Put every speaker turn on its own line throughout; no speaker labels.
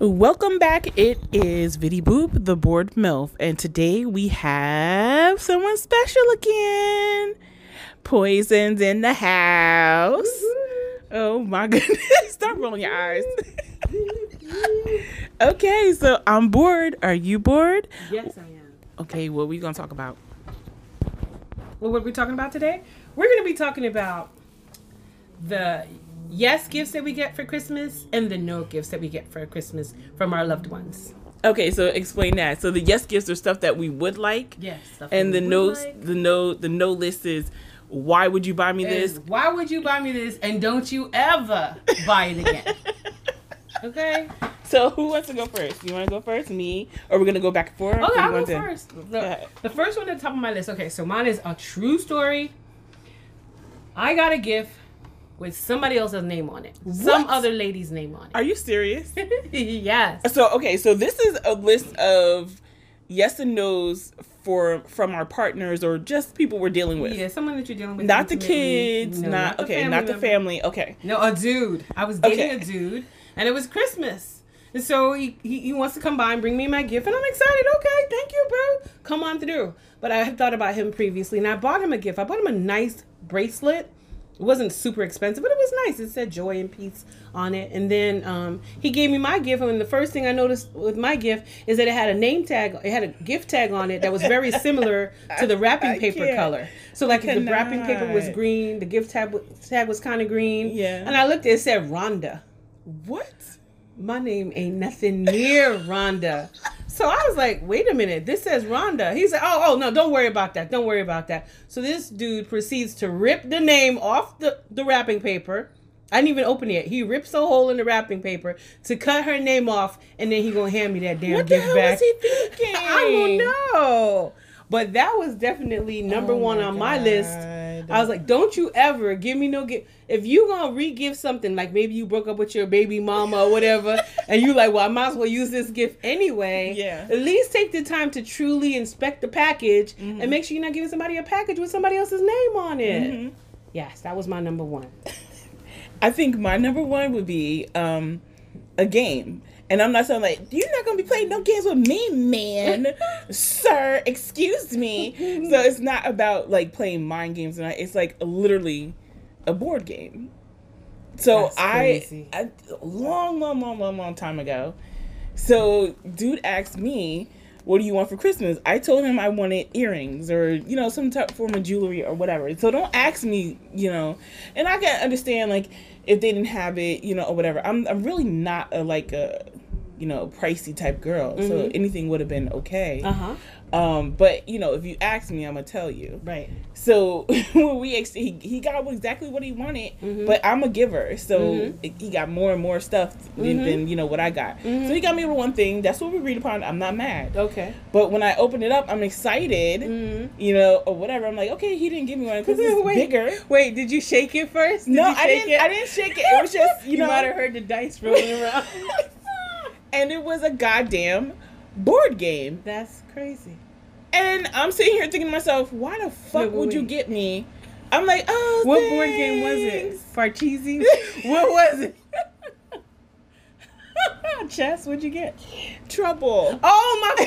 Welcome back. It is Viddy Boop, the board MILF, and today we have someone special again. Poison's in the house. Oh my goodness. Stop rolling your eyes. okay, so I'm bored. Are you bored?
Yes, I am.
Okay, what are we going to talk about?
Well, what are we talking about today? We're going to be talking about the yes gifts that we get for Christmas and the no gifts that we get for Christmas from our loved ones.
Okay, so explain that. So the yes gifts are stuff that we would like.
Yes. stuff
And
that
the
we
no,
would like.
the no, the no list is why would you buy me
is
this?
why would you buy me this and don't you ever buy it again? Okay.
So who wants to go first? You want to go first, me, or we're gonna go back and forth?
Okay,
Who
I'll go
wants to-
first.
Go ahead.
The, the first one at the top of my list. Okay, so mine is a true story. I got a gift with somebody else's name on it. Some
What?
other lady's name on
Are you serious?
it. yes.
So okay, so this is a list of yes and no's for from our partners or just people we're dealing with.
Yeah, someone that you're dealing with.
Not the
intimately.
kids,
No,
not,
the
okay,
family
not the
member.
family. Okay.
No, a dude. I was dating
Okay.
a dude, and it was Christmas. And so he, he, he wants to come by and bring me my gift, and I'm excited. Okay, thank you, bro. Come on through. But I had thought about him previously, and I bought him a gift. I bought him a nice bracelet. It wasn't super expensive, but it was nice. It said joy and peace on it. And then um, he gave me my gift, and the first thing I noticed with my gift is that it had a name tag. It had a gift tag on it that was very similar to the wrapping
I
paper
can't.
color. So, like, if the wrapping paper was
cannot.
green, the gift tag w- tag was kind of green.
Yeah.
And I looked, it said Rhonda.
What?
My name ain't nothing near Rhonda. So I was like, wait a minute, this says Rhonda. He said, oh, oh, no, don't worry about that. Don't worry about that. So this dude proceeds to rip the name off the, the wrapping paper. I didn't even open it. He rips a hole in the wrapping paper to cut her name off, and then he gonna hand me that damn
What the
gift
hell was
back.
he thinking?
I don't know. But that was definitely number
Oh
one
my
on my list.
God.
I was like, don't you ever give me no gift. If you gonna re-give something, like maybe you broke up with your baby mama or whatever, and you like, well, I might as well use this gift anyway.
Yeah.
At least take the time to truly inspect the package
Mm-hmm.
and make sure you're not giving somebody a package with somebody else's name on it.
Mhm.
Yes, that was my number one.
I think my number one would be um, a game. And I'm not saying like you're not gonna be playing no games with me, man, sir. Excuse me. So it's not about like playing mind games, and I, it's like literally a board game. So
That's
I,
crazy.
I, long, long, long, long, long time ago. So dude asked me, "What do you want for Christmas?" I told him I wanted earrings or you know some type form of jewelry or whatever. So don't ask me, you know. And I can understand like if they didn't have it, you know, or whatever. I'm I'm really not a like a you know pricey type girl, so anything would have been okay.
huh.
Um, but you know if you ask me, I'm gonna tell you.
Right.
So when we ex- he, he got exactly what he wanted,
Mm-hmm.
but I'm a giver, so it- he got more and more stuff than,
Mm-hmm.
than you know what I got. So he got me with one thing. That's what we agreed upon. I'm not mad,
Okay.
but when I open it up, I'm excited, you know, or whatever. I'm like, okay, he didn't give me one because it's
Mm-hmm. Wait.
bigger.
Wait, did you shake it first? Did
no,
you
I
shake
didn't.
it?
I didn't shake it. It was just you,
You
know,
might have heard the dice rolling around.
and it was a goddamn board game.
That's crazy.
And I'm sitting here thinking to myself, why the fuck
Wait, wait,
would you
wait.
get me? I'm like, oh,
What board game was it?
thanks.
Farcheesi? what was it? Chess? What'd you get?
Trouble.
Oh, my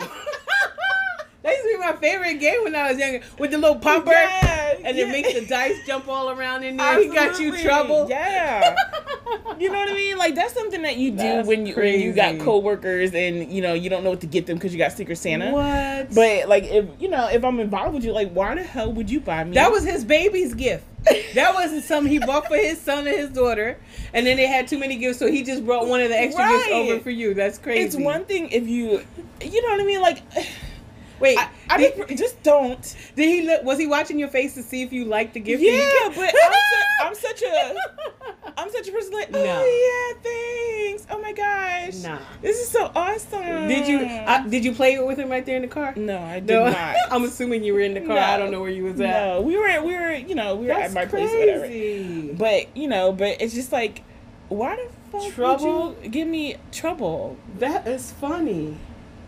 favorite! that used to be my favorite game when I was younger. With the little popper,
Yes,
and
yes.
it makes the dice jump all around in there. He got you
Absolutely.
trouble.
Yeah. You know what I mean? Like that's something that you do
That's
when you when you got
crazy.
coworkers and you know you don't know what to get them because you got Secret Santa.
What?
But like if you know if I'm involved with you, like why the hell would you buy me?
That was his baby's gift. That wasn't something he bought for his son and his daughter. And then they had too many gifts, so he just brought one of the extra gifts
Right.
over for you. That's crazy.
It's one thing if you, you know what I mean. Like
Wait,
I, I
did,
just, just don't.
did he look? Was he watching your face to see if you liked the gift?
Yeah,
that
but I'm, su- I'm such a I'm such a person like
No.
oh yeah thanks oh my gosh
Nah.
this is so awesome.
did you I, did you play it with him right there in the car?
no, I did
No.
not.
I'm assuming you were in the car. I
No.
don't know where you was at.
No, we were we were you know we were at
That's
my place or whatever.
crazy.
But you know, but it's just like, why the fuck
Trouble?
would you give me trouble?
that is funny.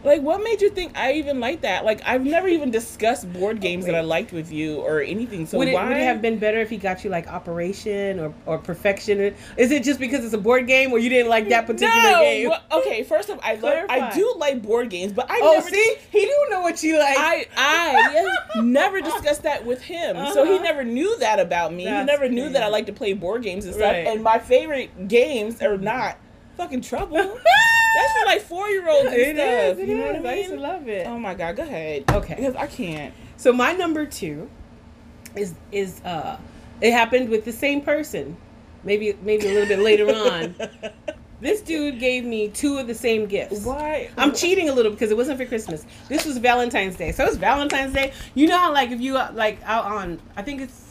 Like, what made you think I even like that? Like, I've never even discussed board games that I liked with you or anything. So
would, it,
why
would it have been better if he got you like Operation or, or Perfection? Is it just because it's a board game or you didn't like that particular
no.
game?
well, Okay, first off, I love, I
Clarify.
do like board games, but I
Oh,
never
see, he don't know what you like.
I I never discussed that with him, so he
Uh-huh.
never knew that about me. he
That's
never knew that I
crazy.
like to play board games and stuff.
Right.
And my favorite games are not fucking trouble. That's for like four year olds and
It
stuff.
is, it
you know
is.
what I
I used to
mean?
love it.
Oh my god, go ahead.
Okay.
because I can't.
So my number two is is uh it happened with the same person. Maybe maybe a little bit later on. This dude gave me two of the same gifts.
Why?
I'm cheating a little because it wasn't for Christmas. This was Valentine's Day. So it's Valentine's Day. You know how like if you uh, like out on I think it's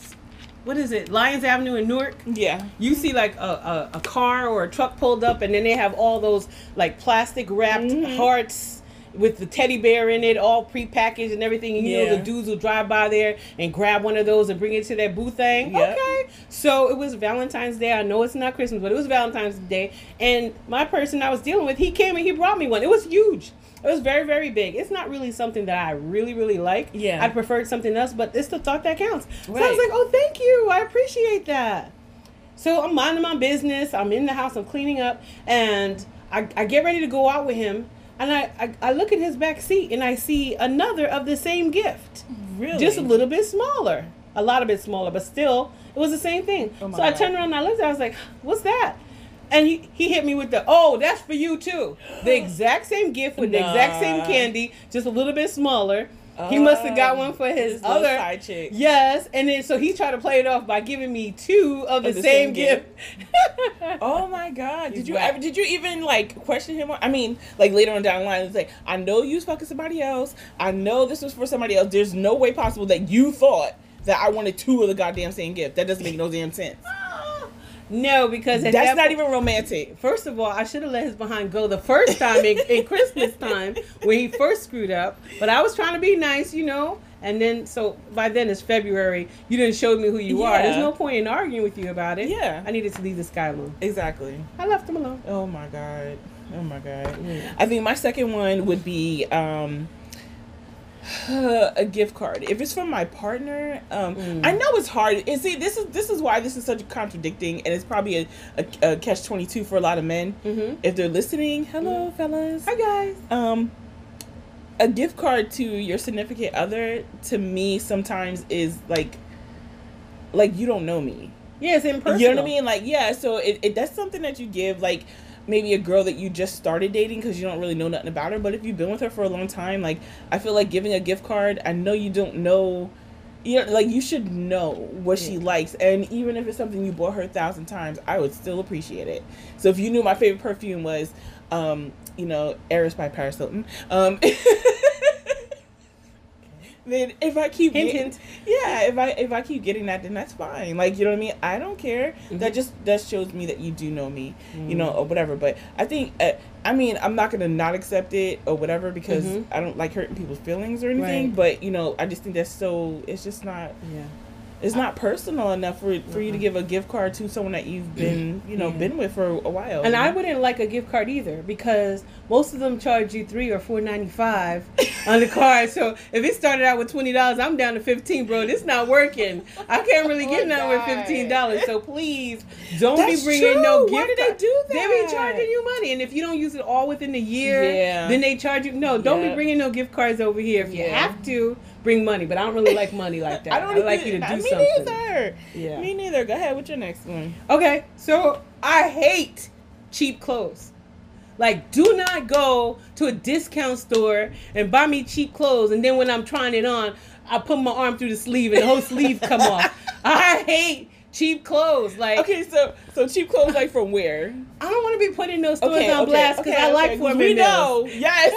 what is it? Lions Avenue in Newark.
Yeah.
You see like a, a, a car or a truck pulled up and then they have all those like plastic wrapped
Mhm.
hearts with the teddy bear in it, all prepackaged and everything. And you
Yeah.
know the dudes will drive by there and grab one of those and bring it to their booth thing.
Yep.
Okay. So it was Valentine's Day. I know it's not Christmas, but it was Valentine's Day. And my person I was dealing with, he came and he brought me one. It was huge. It was very, very big. It's not really something that I really, really like.
Yeah.
I preferred something else, but it's the thought that counts. So I
Right.
was like, oh, thank you. I appreciate that. So I'm minding my business. I'm in the house. I'm cleaning up, and I, I get ready to go out with him. And I, I, I look in his back seat and I see another of the same gift,
Really?
just a little bit smaller, a lot of bit smaller, but still it was the same thing.
Oh my
so I
God.
turned around and I looked. I was like, "What's that?" And he, he hit me with the, "Oh, that's for you too." The exact same gift with the exact same
Nah.
candy, just a little bit smaller. he must have got
Oh,
one for his
little
other
side chick.
Yes, and then so he tried to play it off by giving me two of the,
the
same,
same
gift.
Oh my god! Did
He's
you
whack.
ever? Did you even like question him? I mean, like later on down the line, it's like I know you was fucking somebody else. I know this was for somebody else. There's no way possible that you thought that I wanted two of the goddamn same gift. That doesn't make no damn sense.
no, because at
That's
that
not
point-
even romantic.
First of all, I should have let his behind go the first time in, in Christmas time when he first screwed up. But I was trying to be nice, you know. And then, so by then it's February. You didn't show me who you are. There's
Yeah.
no point in arguing with you about it.
Yeah.
I needed to leave this guy alone.
Exactly.
I left him alone.
Oh my god. Oh my god.
Yeah.
I think my second one would be um a gift card. If it's from my partner, um
Mm.
I know it's hard. And see this is this is why this is such contradicting and it's probably a, a, a catch 22 for a lot of men.
Mm-hmm.
If they're listening, hello fellas.
Hi guys.
Um a gift card to your significant other to me sometimes is like like you don't know me.
Yeah, it's in person.
You know what I mean? Like, yeah. So it, it that's something that you give like maybe a girl that you just started dating because you don't really know nothing about her. But if you've been with her for a long time, like I feel like giving a gift card. I know you don't know. You know, like you should know what she
Yeah.
likes, and even if it's something you bought her a thousand times, I would still appreciate it. So if you knew my favorite perfume was, um, you know, Eris by Paris Hilton, um, then if I keep
Hint,
getting-
hint.
yeah, if I if I keep getting that, then that's fine. Like you know what I mean. I don't care. That
Mhm.
just that shows me that you do know me, you
Mm.
know, or whatever. But I think uh, I mean I'm not gonna not accept it or whatever because
Mhm.
I don't like hurting people's feelings or anything.
Right.
But you know, I just think that's so. It's just not.
Yeah.
It's not personal enough for for you to
Mhm.
give a gift card to someone that you've been you know
Yeah.
been with for a while.
And I wouldn't like a gift card either because most of them charge you three or four ninety five on the card. So if it started out with twenty dollars, I'm down to fifteen, bro. This not working. I can't really
Oh
get
my
none with
God.
fifteen dollars. So please don't
That's
be bringing no
true.
gift.
Why do they
card-
do
They
that?
be charging you money, and if you don't use it all within the year,
Yeah.
then they charge you. No, don't
Yeah.
be bringing no gift cards over here. If you
Yeah.
have to, bring money. But I don't really like money like that. I don't like you to
even-
do
me
something.
Neither.
Yeah.
Me neither. Go ahead. What's your next one?
Okay, so I hate cheap clothes. Like, do not go to a discount store and buy me cheap clothes, and then when I'm trying it on, I put my arm through the sleeve and the whole sleeve come off. I hate cheap clothes. Like,
Okay, so so cheap clothes like from where?
I don't want to be putting those stores on blast because I like
okay.
for
We
women.
know. Yes.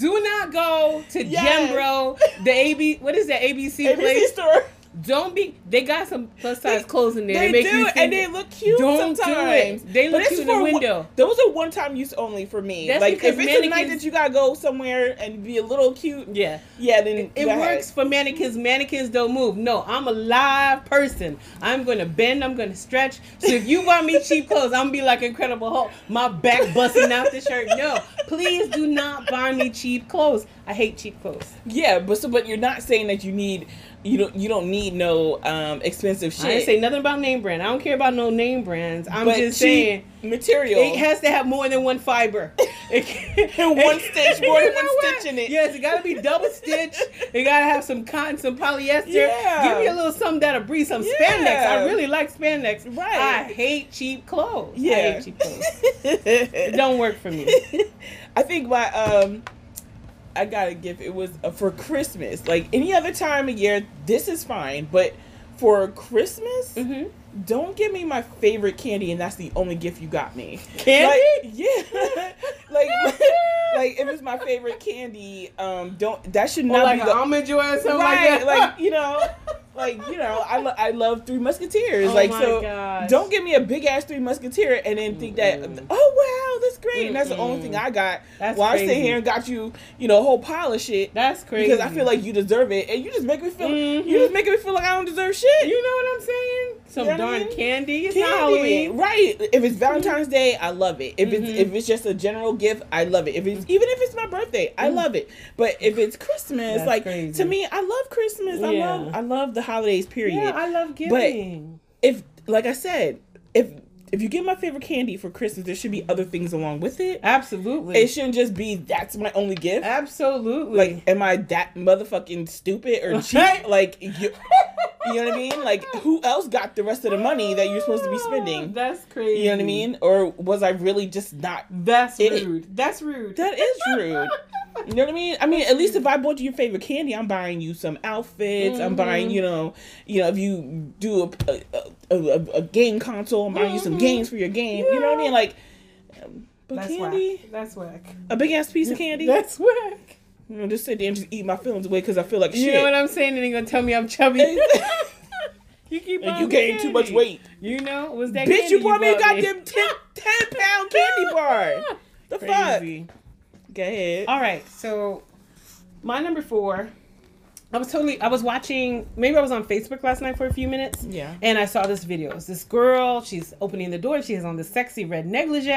Do not go to
Yes.
Jembro, the AB. What is that ABC
ABC
place?
store.
Don't be. They got some plus size clothes in there.
They,
make
do,
you
and they
think-
look cute
Don't do
sometimes.
it. They
But
look
it's
cute in the
for one-
window.
those are one-time use only for me.
That's
like if
because
it's a night
mannequins-
that you gotta go somewhere and be a little cute,
Yeah.
yeah, then
It
go ahead.
works for mannequins. Mannequins don't move. No, I'm a live person. I'm gonna bend. I'm gonna stretch. So if you want me cheap clothes, I'm gonna be like Incredible Hulk, my back busting out the shirt. No, please do not buy me cheap clothes. I hate cheap clothes.
Yeah, but so but you're not saying that you need you don't you don't need no um expensive shit.
I ain't say nothing about name brand. I don't care about no name brands. I'm
but
just
cheap
saying
material.
it has to have more than one fiber. It can't-
And one stitch, more than
You
one
know what?
stitch in it.
Yes, it gotta be double stitch. It gotta have some cotton, some polyester.
Yeah.
Give me a little something that'll breathe. Some spandex.
Yeah.
I really like spandex.
Right.
I hate cheap clothes. I
yeah.
hate cheap clothes. It don't work for me.
I think my um I got a gift. It was uh, for Christmas. Like any other time of year, this is fine. But for Christmas,
hmm
don't give me my favorite candy, and that's the only gift you got me.
Candy?
Like, yeah. like, like if it's my favorite candy, um, don't that should
Or
not
like
be
an
the
almond joy or something
right.
like that.
like you know, like you know, I lo- I love Three Musketeers.
Oh
like
my
so,
gosh.
don't give me a big ass Three Musketeer and then think that
Mm-mm.
oh wow that's great and that's the only
Mm-mm.
thing I got.
That's
While I sit
crazy.
here and got you, you know, a whole pile of shit
That's crazy.
because I feel like you deserve it, and you just make me feel you
Mhm.
just making me feel like I don't deserve shit.
you know what I'm saying?
You
Some
know what
darn
I mean?
candy. It's not
Candy,
Halloween. Mm-hmm.
right? If it's Valentine's Day, I love it. If it's
Mhm.
if it's just a general gift, I love it. If
Mm-hmm.
it's even if it's my birthday, I
Mm.
love it. But if it's Christmas,
That's
like
crazy.
to me, I love Christmas. I
Yeah.
love I love the holidays. Period.
Yeah, I love giving.
if like I said, if if you get my favorite candy for Christmas, there should be other things along with it.
Absolutely.
It shouldn't just be that's my only gift.
Absolutely.
Like, am I that motherfucking stupid or cheap?
Right.
Like, you, you know what I mean? Like, who else got the rest of the money that you're supposed to be spending?
That's crazy.
You know what I mean? Or was I really just not?
That's
It-
rude. That's rude.
That is rude. You know what I mean? I mean, at least if I bought you your favorite candy, I'm buying you some outfits. I'm buying,
Mhm.
you know, you know, if you do a a, a, a- a game console, I'm buying you some
Mhm.
games for your game. You know what I mean? Like, um, but
That's
candy,
whack. That's whack.
a big ass piece of candy. You
That's whack.
know, just sit there and just eat my feelings away because I feel like shit.
You know what I'm saying? And they gonna tell me I'm chubby. you keep
and
on
you gained too much
candy.
weight.
You know, was that
Bitch, you bought me a
bought
goddamn 10, 10 pound candy bar. The
Crazy.
fuck? Go ahead.
All right, so my number four. I was totally. I was watching. Maybe I was on Facebook last night for a few minutes.
Yeah.
And I saw this video. It's this girl. She's opening the door. She has on this sexy red negligee,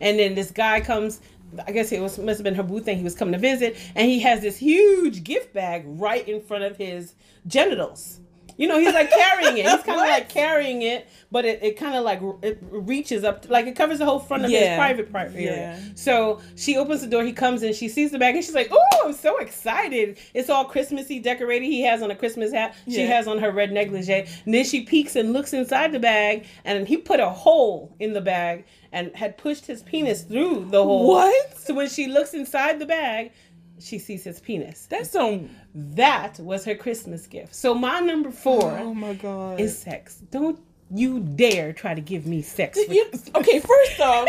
and then this guy comes. I guess it was must have been her boo thing. He was coming to visit, and he has this huge gift bag right in front of his genitals. You know, he's like carrying it. He's kind of
What?
like carrying it, but it, it kind of like it reaches up, like it covers the whole front of
Yeah.
his private part area.
Yeah.
So she opens the door. He comes in. She sees the bag, and she's like, "Oh, I'm so excited! It's all Christmassy decorated. He has on a Christmas hat.
Yeah.
She has on her red negligee." And then she peeks and looks inside the bag, and he put a hole in the bag and had pushed his penis through the hole.
What?
So when she looks inside the bag, she sees his penis.
That's some.
That was her Christmas gift. So my number four
Oh my god.
is sex. Don't you dare try to give me sex.
Did you- okay, first off,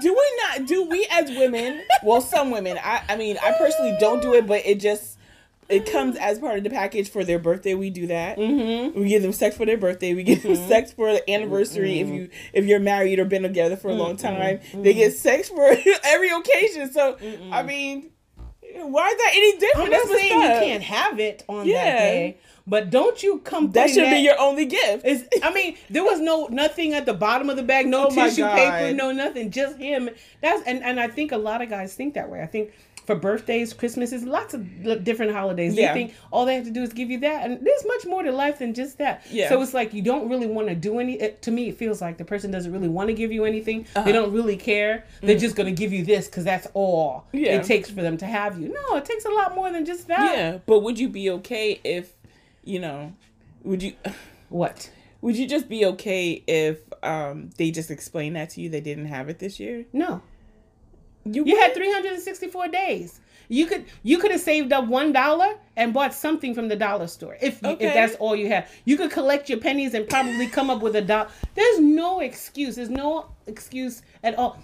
do we not do we as women? Well, some women. I I mean, I personally don't do it, but it just it comes as part of the package for their birthday. We do that.
Mm-hmm.
We give them sex for their birthday. We give them sex for the anniversary.
Mm-hmm.
If you if you're married or been together for a long time, they get sex for every occasion. So I mean, why is that any different?
I'm not
That's
saying you
what's up.
can't have it on
Yeah.
that day, but don't you come.
That
putting
should be your only gift.
It's, I mean, there was no nothing at the bottom of the bag, no
Oh my
tissue
God.
paper, no nothing, just him. That's and and I think a lot of guys think that way. I think for birthdays, Christmases, lots of li- different holidays,
Yeah.
they think all they have to do is give you that, and there's much more to life than just that.
Yeah.
So it's like you don't really want to do any. It, to me, it feels like the person doesn't really want to give you anything.
Uh-huh. Mm.
They don't really care. They're just going to give you this because that's all
Yeah.
it takes for them to have you. No, it takes a lot more than just that.
Yeah, but would you be okay if, you know, would you
What?
would you just be okay if um they just explained that to you they didn't have it this year?
No. You
wouldn't?
had 364 days. You could you could have saved up one dollar and bought something from the dollar store if you
Okay.
if that's all you have. You could collect your pennies and probably come up with a dollar. There's no excuse. There's no excuse at all.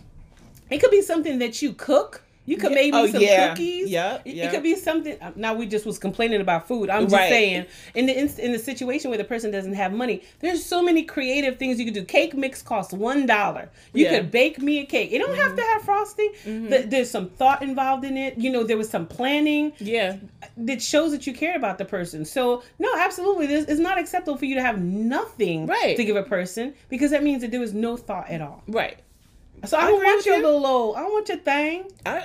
It could be something that you cook. You could maybe
Oh,
some
yeah.
cookies.
Yep,
It- It
yep.
could be something. uh, Now we just was complaining about food. I'm just
Right.
saying in the inst- in the situation where the person doesn't have money, there's so many creative things you could do. Cake mix costs one dollar. You
Yeah. Mm-hmm.
could bake me a cake. It don't have to have frosting. Th- there's some thought involved in it. You know, there was some planning
Yeah.
that shows that you care about the person. So no, absolutely, this it's not acceptable for you to have nothing
Right.
to give a person because that means that there was no thought at all.
Right.
So
I
I, don't
agree
want
with
your
you.
little old. I don't want your thing.
I,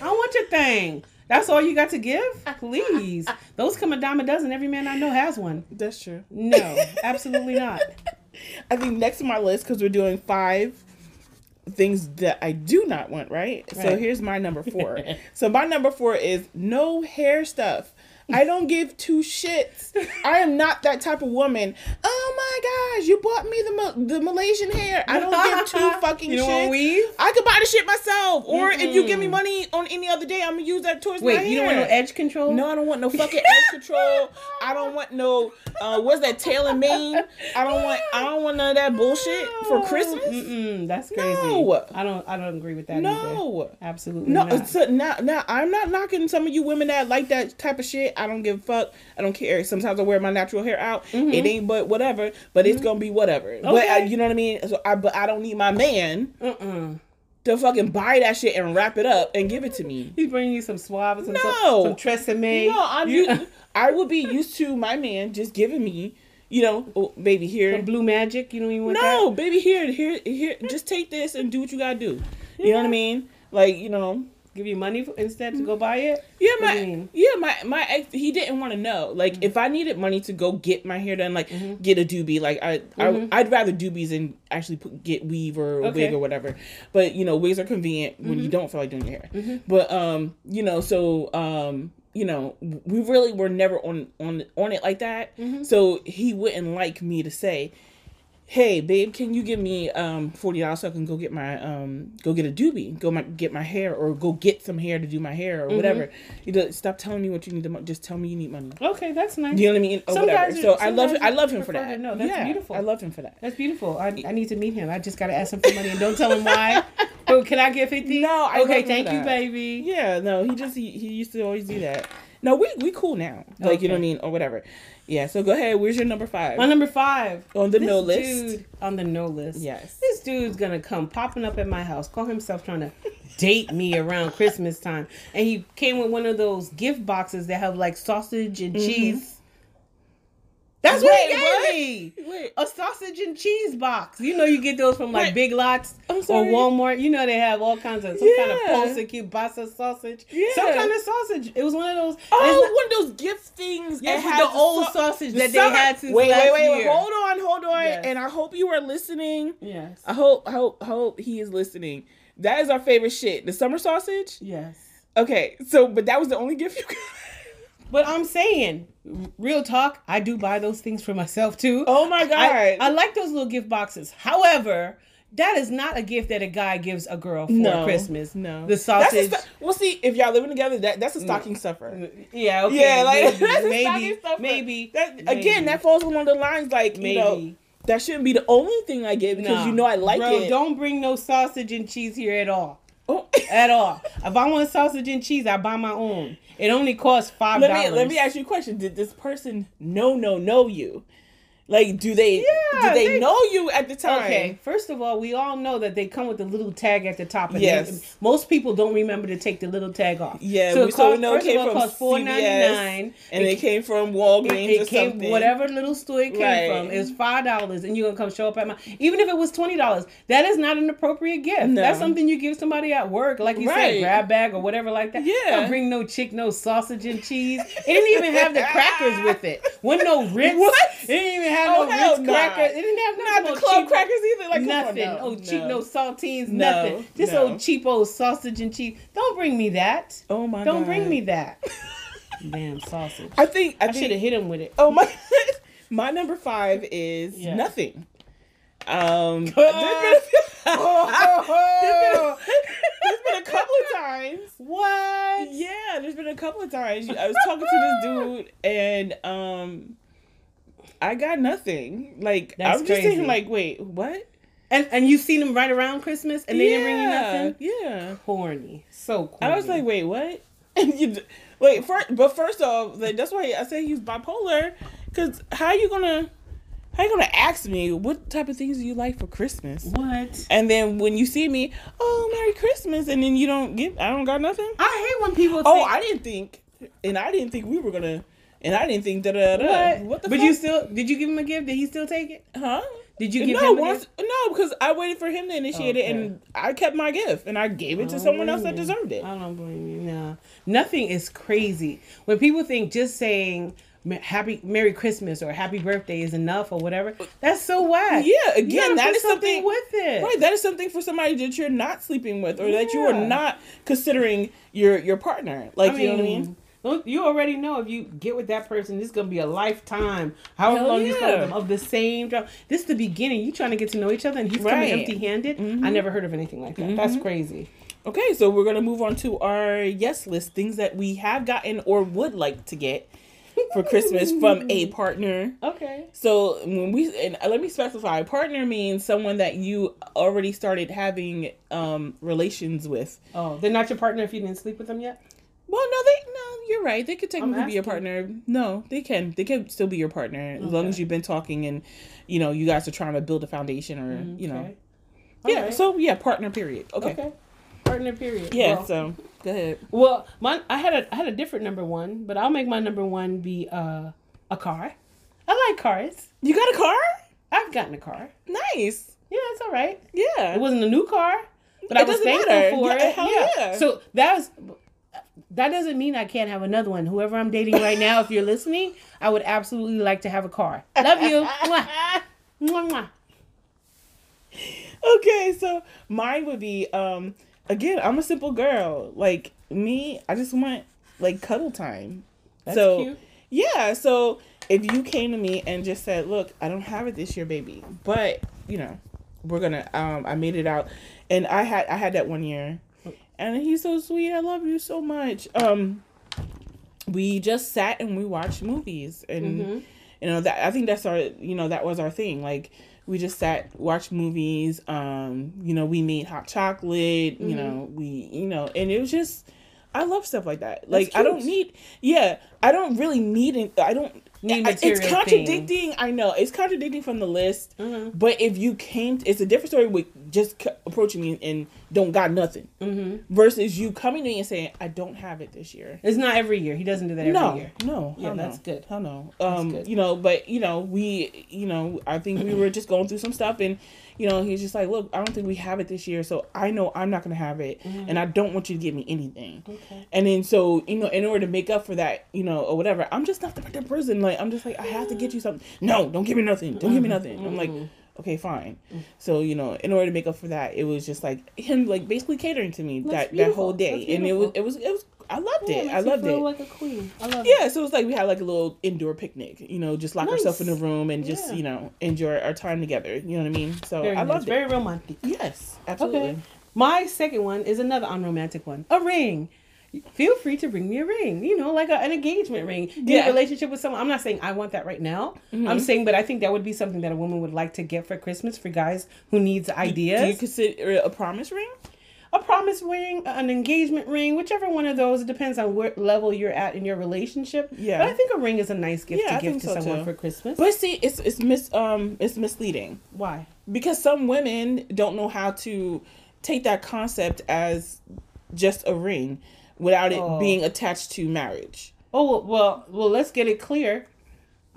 I don't want your thing. That's all you got to give? Please. Those come a dime a dozen. Every man I know has one.
that's true.
No, absolutely not.
I think next on my list because we're doing five things that I do not want. Right. So
Right.
here's my number four. so my number four is no hair stuff. I don't give two shits. I am not that type of woman. Oh my gosh, you bought me the Ma- the Malaysian hair. I don't give two fucking
You don't
shits.
want weave?
I could buy the shit myself, or if you give me money on any other day, I'm gonna use that towards my
Wait, you don't want no
hair.
edge control?
No, I don't want no fucking edge control. I don't want no uh what's that tail and mane. I don't want I don't want none of that bullshit for Christmas.
Mm-mm, that's crazy.
No.
I don't I don't agree with that either.
No.
Absolutely
No,
not.
so now, now I'm not knocking some of you women that like that type of shit. I don't give a fuck. I don't care. Sometimes I wear my natural hair out. It ain't but whatever. But it's gonna be whatever. But uh,
Mm-hmm. Okay.
you know what I mean. So I but I don't need my man
Mm-mm.
to fucking buy that shit and wrap it up and give it to me.
He's bringing you some suave and some,
No.
some Tresemme.
No, I'm
You-
used, I would be used to my man just giving me, you know, oh, baby here.
some blue magic. You don't even want
No, baby here, here, here. Just take this and do what you gotta do. You know what I
Yeah.
mean? Like you know.
that? Give you money for, instead to go buy it?
Yeah,
What do you
my
mean?
yeah, my my ex he didn't want to know. Like if I needed money to go get my hair done, like get a doobie, like I, I I'd rather doobies than actually put, get weave or a wig
Okay.
or whatever. But you know, wigs are convenient when you don't feel like doing your hair. But um, you know, so um, you know, we really were never on on on it like that. So he wouldn't like me to say, hey babe can you give me um forty dollars so i can go get my um go get a doobie go my get my hair or go get some hair to do my hair
Mm-hmm.
or whatever you know, stop telling me what you need the money just tell me you need money
Okay, that's nice.
you know what i mean or
Some
whatever
guys are-
so i
some
love
guys
i love him for
prefer to
that
know. That's
Yeah,
beautiful.
i love him for that
That's beautiful. I, I need to meet him. I just gotta ask him for money and don't tell him why. oh, can I get fifty?
No, I
okay.
love
Thank you,
that.
baby.
yeah no he just he, he used to always do that no we we cool now like you know what i
Okay.
mean or whatever yeah so go ahead where's your number five
My number five
on the
This
no list
dude on the no list.
yes
This dude's gonna come popping up at my house, call himself trying to date me around Christmas time, and he came with one of those gift boxes that have like sausage and cheese. That's what he
Wait,
gave
Mm-hmm. what?
me.
Wait.
a sausage and cheese box. You know, you get those from like
Wait.
Big Lots
I'm
or
sorry.
Walmart. You know, they have all kinds of some kind of
Yeah.
pulse kielbasa sausage, some
Yeah.
kind of sausage. It was one of those. it's not-
Oh, one of those gift things.
Yes,
that
with
has
the old
sau-
sausage
the
that they
summer-
had since
wait,
last
wait, wait, wait,
year.
Hold on, hold on.
Yes.
And I hope you are listening.
yes,
I hope, hope, hope he is listening. That is our favorite shit. The summer sausage.
yes.
Okay, so but that was the only gift you got.
But I'm saying, real talk, I do buy those things for myself too.
Oh my god.
I, I like those little gift boxes. However, that is not a gift that a guy gives a girl for Christmas.
No.
the
That's a
sausage. Mm.
sto- well, see, if y'all living together, that that's a stocking stuffer.
yeah, okay,
Yeah, like that's a
maybe,
stocking
maybe,
stuffer.
maybe,
That-
maybe.
again, that falls along the lines like you know
Maybe.
that shouldn't be the only thing I get because
Nah.
you know I like
Bro,
it.
Don't bring no sausage and cheese here at all.
Oh.
At all. if I want sausage and cheese, I buy my own. It only costs five
let
dollars.
me let me ask you a question. Did this person no no know you? Like, do they
Yeah,
do they,
they-
know you at the time?
Okay, first of all, we all know that they come with a little tag at the top. And
Yes.
they- most people don't remember to take the little tag off.
Yeah,
so
we-
it
so we
cost,
know it
first
came
of all,
from
it costs four ninety nine,
CVS, and it, came from Walgreens
It
or
came
something.
whatever little store it came
Right.
from. It's five dollars, and you're gonna come show up at my. Even if it was twenty dollars, that is not an appropriate gift.
No.
That's something you give somebody at work, like you
Right.
said, grab bag or whatever like that.
Yeah.
Don't bring no chick, no sausage and cheese. It didn't even have the crackers with it. Wasn't no Ritz.
What?
It didn't even have
Oh,
no
hell
Ritz
nah.
crackers. It didn't have
Not
no
the club
cheap-
crackers either. Like come on,
nothing.
no,
oh, cheap, no saltines,
No,
nothing. This
no.
old cheapo sausage and cheese. Don't bring me that.
Oh my
Don't bring
God.
me that. Damn sausage.
I think I,
I should
think.
have hit him with it.
Oh my. my number five is
Yeah.
nothing. Um. there's been
Oh.
a- there's been a couple of times
What?
Yeah, there's been a couple of times. I was talking to this dude and um I got nothing. Like I
That's
was just saying
crazy.
like, wait, what?
And and you seen them right around Christmas and they
yeah,
didn't bring you nothing? Oh,
Yeah.
Corny. So corny.
I was like, wait, what? And you, d- wait, first, but first off, like, that's why I say he's bipolar, because how you gonna, how you gonna ask me what type of things do you like for Christmas?
what?
And then when you see me, oh, Merry Christmas, and then you don't give, I don't got nothing.
I hate when people
Oh,
think-
I didn't think, and I didn't think we were gonna, and I didn't think da da da.
What?
What the?
but
fuck?
you still did you give him a gift? Did he still take it?
huh?
Did you give
no,
him a
once
gift?
no, because I waited for him to initiate it, and I kept my gift, and I gave it to someone else that
Oh,
deserved it.
I don't blame you. No, nothing is crazy. When people think just saying "Me- happy Merry Christmas or Happy Birthday is enough or whatever, that's so whack.
Yeah,
You
again,
gotta
that
put
is something-
with it.
Right, that is something for somebody that you're not sleeping with, or that you are
Yeah.
not considering your your partner. Like
I
you know what I mean?
don't- You already know if you get with that person, this is gonna be a lifetime. How
Hell
long you spend with
yeah.
them of the same job? This is the beginning. You trying to get to know each other, and he's coming
Right. Mm-hmm.
empty-handed. I never heard of anything like that. That's crazy.
Okay, so we're gonna move on to our yes list, things that we have gotten or would like to get for Christmas from a partner.
Okay.
So when we and let me specify, partner means someone that you already started having um relations with.
Oh, they're not your partner if you didn't sleep with them yet.
Well, no, they no, you're right. They could technically be your
asking.
partner. No, they can. They can still be your partner as long
Okay.
as you've been talking and you know you guys are trying to build a foundation or you know.
Okay.
Yeah.
Alright.
So yeah, partner. Period. Okay.
Okay. Partner period.
Yeah.
Well,
so go ahead.
well, my I had a I had a different number one, but I'll make my number one be uh a car. I like cars.
You got a car?
I've gotten a car.
Nice.
Yeah, it's all right.
Yeah.
It wasn't a new car, but I
It
was
doesn't
thankful
matter.
for
Yeah,
it.
hell yeah.
So that was that doesn't mean I can't have another one. Whoever I'm dating right now, if you're listening, I would absolutely like to have a car. Love you. Mwah. Mwah, mwah.
okay, so mine would be um again, I'm a simple girl. Like me, I just want like cuddle time.
That's
so
cute.
yeah, so if you came to me and just said, "Look, I don't have it this year, baby, but you know, we're gonna um I made it out." And I had I had that one year. And he's so sweet. I love you so much. Um we just sat and we watched movies and
Mm-hmm.
you know that i think that's our you know that was our thing like we just sat watched movies um you know we made hot chocolate you
Mm-hmm.
know we you know and it was just i love stuff like that like i don't
cute.
need yeah i don't really need it i don't
Need
I-
material
it's
things.
contradicting i know it's contradicting from the list
Mm-hmm.
but if you came it's a different story with just c- approaching me and don't got nothing
Mm-hmm.
versus you coming to me and saying i don't have it this year
It's not every year. He doesn't do that every
no,
year.
no,
Yeah,
hell no.
that's good.
Hell no. Um,
good.
you know, but you know, we, you know, I think we were just going through some stuff, and you know, he's just like, look, I don't think we have it this year, so I know I'm not gonna have it, and I don't want you to give me anything.
Mm-hmm. Okay.
And then so you know, in order to make up for that, you know, or whatever, I'm just not the right person. Like I'm just like I have to get you something. No, don't give me nothing. Don't give
Mm-hmm.
me nothing. I'm like, okay, fine.
Mm.
So you know, in order to make up for that, it was just like him, like basically catering to me that that
beautiful.
whole day,
That's
and it was it was it was I loved it. I loved it.
Like a queen. I love
Yeah, so it's like we had like a little indoor picnic, you know, just lock ourselves in a
Nice.
room and just,
Yeah.
you know, enjoy our time together. You know what I mean? So
Very
I
nice.
loved it.
Very romantic.
Yes, absolutely.
Okay. My second one is another unromantic one. A ring. Feel free to bring me a ring. You know, like a, an engagement ring. Yeah.
Yeah. Mm-hmm.
a relationship with someone. I'm not saying I want that right now. I'm saying, but I think that would be something that a woman would like to get for Christmas for guys who needs ideas.
Do you consider a promise ring?
a promise ring, an engagement ring, whichever one of those. It depends on what level you're at in your relationship.
Yeah.
But I think a ring is a nice gift
Yeah, I
to give
think
to
so,
someone
too.
for Christmas.
But see, it's it's mis um it's misleading
Why?
because some women don't know how to take that concept as just a ring without it
Oh.
being attached to marriage.
Oh well, well, let's get it clear.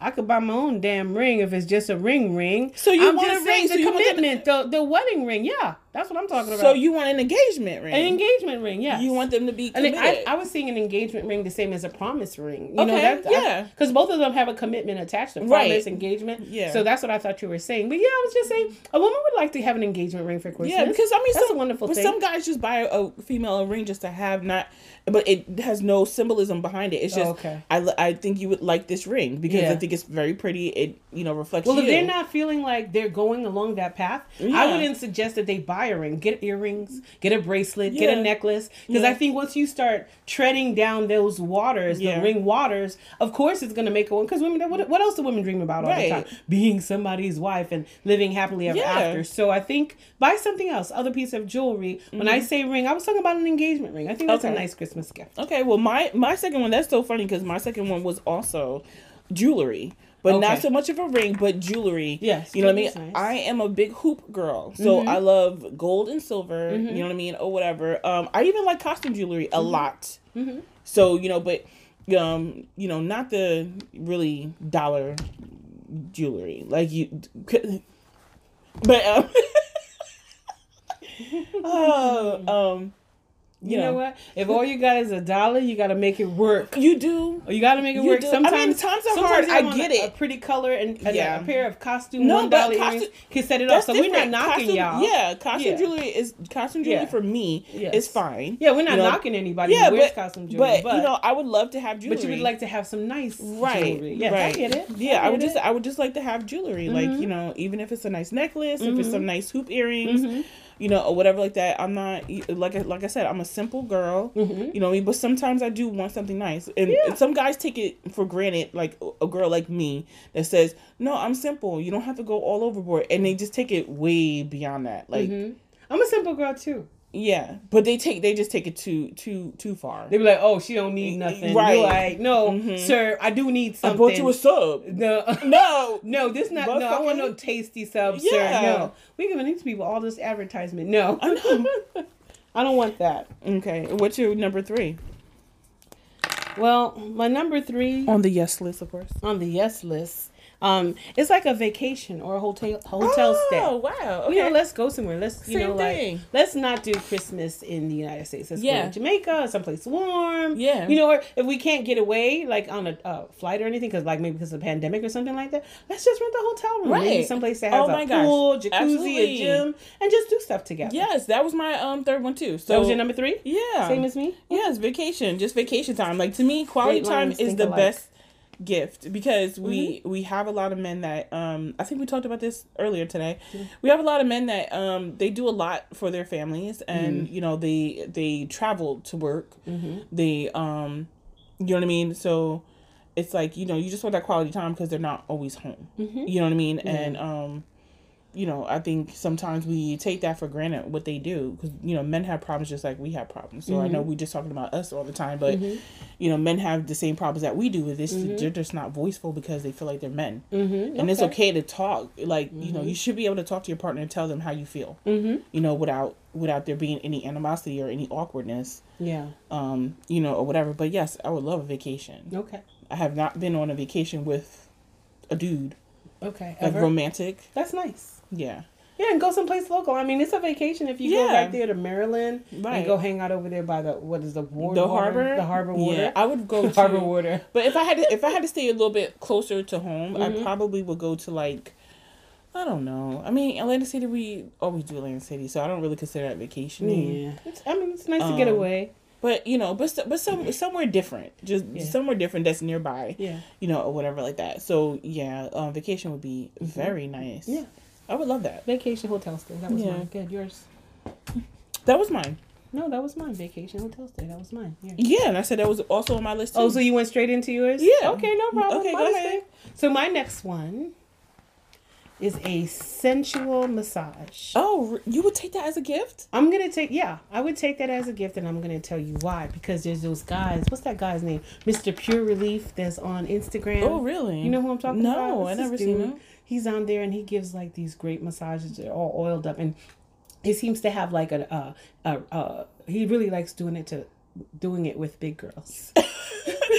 I could buy my own damn ring if it's just a ring ring.
So you
I'm
want
just
a
saying
ring, so
the
you want the-
commitment, the, the wedding ring. Yeah, that's what I'm talking about.
So you want an engagement ring?
an engagement ring. Yeah,
You want them to be
And
committed.
I, I was seeing an engagement ring the same as a promise ring. You know,
Okay,
that's,
yeah.
Because both of them have a commitment attached to promise
Right.
engagement.
Yeah.
So that's what I thought you were saying. But yeah, I was just saying a woman would like to have an engagement ring for Christmas.
Yeah, because I mean,
that's
some,
a wonderful
but
thing.
Some guys just buy a female a ring just to have, not, but it has no symbolism behind it. It's just,
okay.
I, li- I think you would like this ring because I
Yeah.
think it's very pretty. It you know reflects.
Well, if
you.
they're not feeling like they're going along that path, I
Yeah.
wouldn't suggest that they buy retiring. Get earrings, get a bracelet, get
Yeah.
a necklace. Because
Yeah.
I think once you start treading down those waters,
Yeah.
the ring waters, of course it's gonna make a one. Because women, what, what else do women dream about all
Right.
the time? Being somebody's wife and living happily ever
Yeah.
after. So I think buy something else, other piece of jewelry. When I say ring, I was talking about an engagement ring. I think that's
Mm-hmm. Okay.
a nice Christmas gift.
Okay, well my my second one that's so funny because my second one was also jewelry, but not
Okay.
so much of a ring, but jewelry.
Yes,
you know what I mean.
jewelry's nice. Mm-hmm.
I am a big hoop girl, so I love gold and silver. You know what I mean, or whatever. Um, I even like costume jewelry a
Mm-hmm.
lot. So you know, but um, you know, not the really dollar jewelry like you, but um. oh, um,
You
Yeah.
know what? If all you got is a dollar, you got to make it work.
you do
Oh, You got to make it
You
work.
do- I mean,
Sometimes
times are
sometimes
hard.
you
I
want
get
a-
it.
A pretty color and, and
Yeah.
a pair of costume
No,
one
but
dollar
costume-
earrings can set it off.
That's
So we're
different.
not
costume,
knocking y'all.
Yeah, costume
Yeah.
jewelry is costume jewelry
Yeah.
for me
Yes.
is fine.
Yeah, we're not
You know,
knocking anybody
Yeah,
who wears
but,
costume jewelry,
but,
but,
you know, I would love to have jewelry.
but you would like to have some nice
right,
jewelry. Yes,
right.
I get it.
Yeah, I,
get
would just,
it. Mm-hmm.
I would just like to have jewelry, like you know, even if it's a nice necklace, if it's some nice hoop earrings,
Mm-hmm.
you know, or whatever like that. I'm not like, I- like I said, I'm a simple girl.
Mhm.
You know, what I mean? but sometimes I do want something nice, and,
Yeah.
and some guys take it for granted. Like a girl like me that says, "No, I'm simple. You don't have to go all overboard," and they just take it way beyond that. Like,
Mhm. I'm a simple girl too.
yeah, but they take they just take it too too too far.
They be like, "Oh, she don't need nothing." Right?
Right.
You're like, "No,
Mhm.
sir, I do need
I
something."
bought you a sub.
no,
No,
No, this not. No, I want no
Motherfucker.
tasty sub,
Yeah.
sir. No, we giving these people all this advertisement. No,
I know.
I don't want that.
Okay, what's your number three
Well, my number three
on the yes list? Of course.
on the yes list, um, it's like a vacation or a hotel hotel
Oh
stay.
wow.
You know,
okay.
let's go somewhere. Let's you
Same
know, like,
thing.
let's not do Christmas in the United States. Let's
Yeah.
go to Jamaica, someplace warm.
Yeah.
you know, or if we can't get away, like on a uh, flight or anything, because like maybe because of the pandemic or something like that, let's just rent a hotel room, maybe
Right.
someplace that
Oh
has
my
a
gosh.
pool, jacuzzi,
Absolutely.
a gym, and just do stuff together.
Yes, that was my um third one too. So
that was your number three.
Yeah.
Same as me.
Yes, vacation, just vacation time. Like to me, quality
Straight
time
lines
is
think
the
alike. Mm-hmm.
best gift because we we have a lot of men that um I think we talked about this earlier today. We have a lot of men that um they do a lot for their families and
Mm-hmm.
you know they they travel to work. They um you know what I mean? So it's like, you know, you just want that quality time because they're not always home.
Mm-hmm.
You know what I mean? And um you know, I think sometimes we take that for granted what they do because you know men have problems just like we have problems. So I know we just talking about us all the time, but you know men have the same problems that we do. It's just, they're just not voiceful because they feel like they're men,
Mm-hmm.
and it's Mm, okay Mm-hmm. to talk. Like you know, you should be able to talk to your partner and tell them how you feel.
Mhm.
You know, without without there being any animosity or any awkwardness,
Yeah.
um, you know, or whatever. But yes, I would love a vacation.
Okay.
I have not been on a vacation with a dude
Okay.
like
Ever?
romantic.
That's nice.
Yeah,
Yeah, and go someplace local. I mean, it's a vacation if you
Yeah.
go right there to Maryland
Right.
and go hang out over there by the what is the ward
the
water?
harbor.
the harbor water.
Yeah, I would go to
harbor water.
But if I had to, if I had to stay a little bit closer to home,
Mm-hmm.
I probably would go to like, I don't know. I mean, Atlanta City, we always do Atlanta City, so I don't really consider that vacationing.
Yeah. Mm. It's, I mean, it's nice to get
Um,
away.
But you know, but so- but some somewhere different, just
Yeah.
somewhere different that's nearby,
Yeah.
you know, or whatever like that. So yeah, um, vacation would be very nice.
Mm-hmm. Yeah.
I would love that.
Vacation hotel stay. That was
Yeah.
mine. Good. Yours.
That was mine.
No, that was mine. Vacation hotel stay. That was mine. Yeah.
Yeah, and I said that was also on my list too.
Oh, so you went straight into yours?
Yeah.
Okay, no problem.
Okay, go
Mine's
ahead.
fine. So my next one is a sensual massage.
oh, re- you would take that as a gift?
I'm gonna take yeah, I would take that as a gift, and I'm gonna tell you why. Because there's those guys. What's that guy's name? Mr. Pure Relief that's on Instagram.
Oh, really?
You know who I'm talking about?
No, I
It's this
never seen
dude.
him.
He's on there and he gives like these great massages. They're all oiled up, and he seems to have like a uh, a uh, he really likes doing it to doing it with big girls.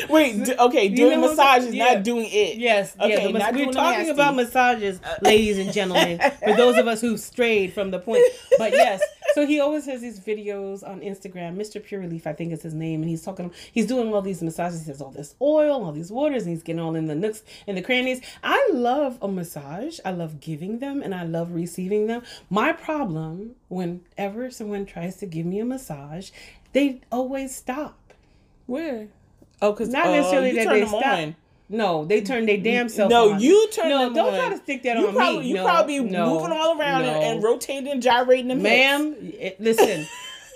Wait, d- okay, doing
know what I'm
massage is
talking- yeah.
not doing it.
Yes,
Okay,
yeah, the mas-
not doing
we're
the Uh,
talking
nasty.
about massages, ladies and gentlemen, for those of us who strayed from the point. But yes, so he always has these videos on Instagram, Mr. Pure Relief, I think is his name, and he's talking, he's doing all these massages. He has all this oil, all these waters, and he's getting all in the nooks and the crannies. I love a massage. I love giving them, and I love receiving them. My problem, whenever someone tries to give me a massage, they always stop.
Where? Oh, because
uh, Not necessarily that they stop. No, they turned their damn self.
No,
on.
you turn
No,
them
don't
on.
try to stick that
you
on
probably,
me.
You
No,
probably
no,
moving all around and,
no.
and rotating and gyrating them. hips.
ma'am. it- Listen,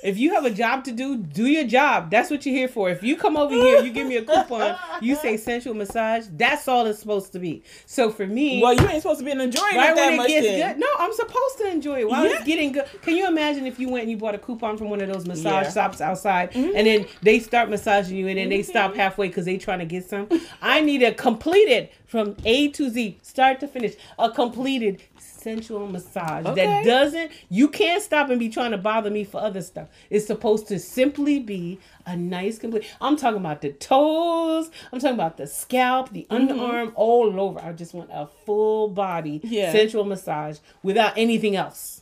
if you have a job to do, do your job. That's what you're here for. If you come over here, you give me a coupon. You say sensual massage. That's all it's supposed to be. So for me,
Well, you ain't supposed to be enjoying
right
it that
when it
much.
gets
then.
good, no, I'm supposed to enjoy it. While
Yeah.
it's getting good, can you imagine if you went and you bought a coupon from one of those massage
Yeah. Mm-hmm.
shops outside, and then they start massaging you, and then they stop halfway because they trying to get some? I need a completed from A to Z, start to finish, a completed sensual massage
Okay.
that doesn't. You can't stop and be trying to bother me for other stuff. It's supposed to simply be a nice complete. I'm talking about the toes. I'm talking about the scalp, the
Mm-hmm.
underarm, all over. I just want a full body
Yeah.
sensual massage without anything else.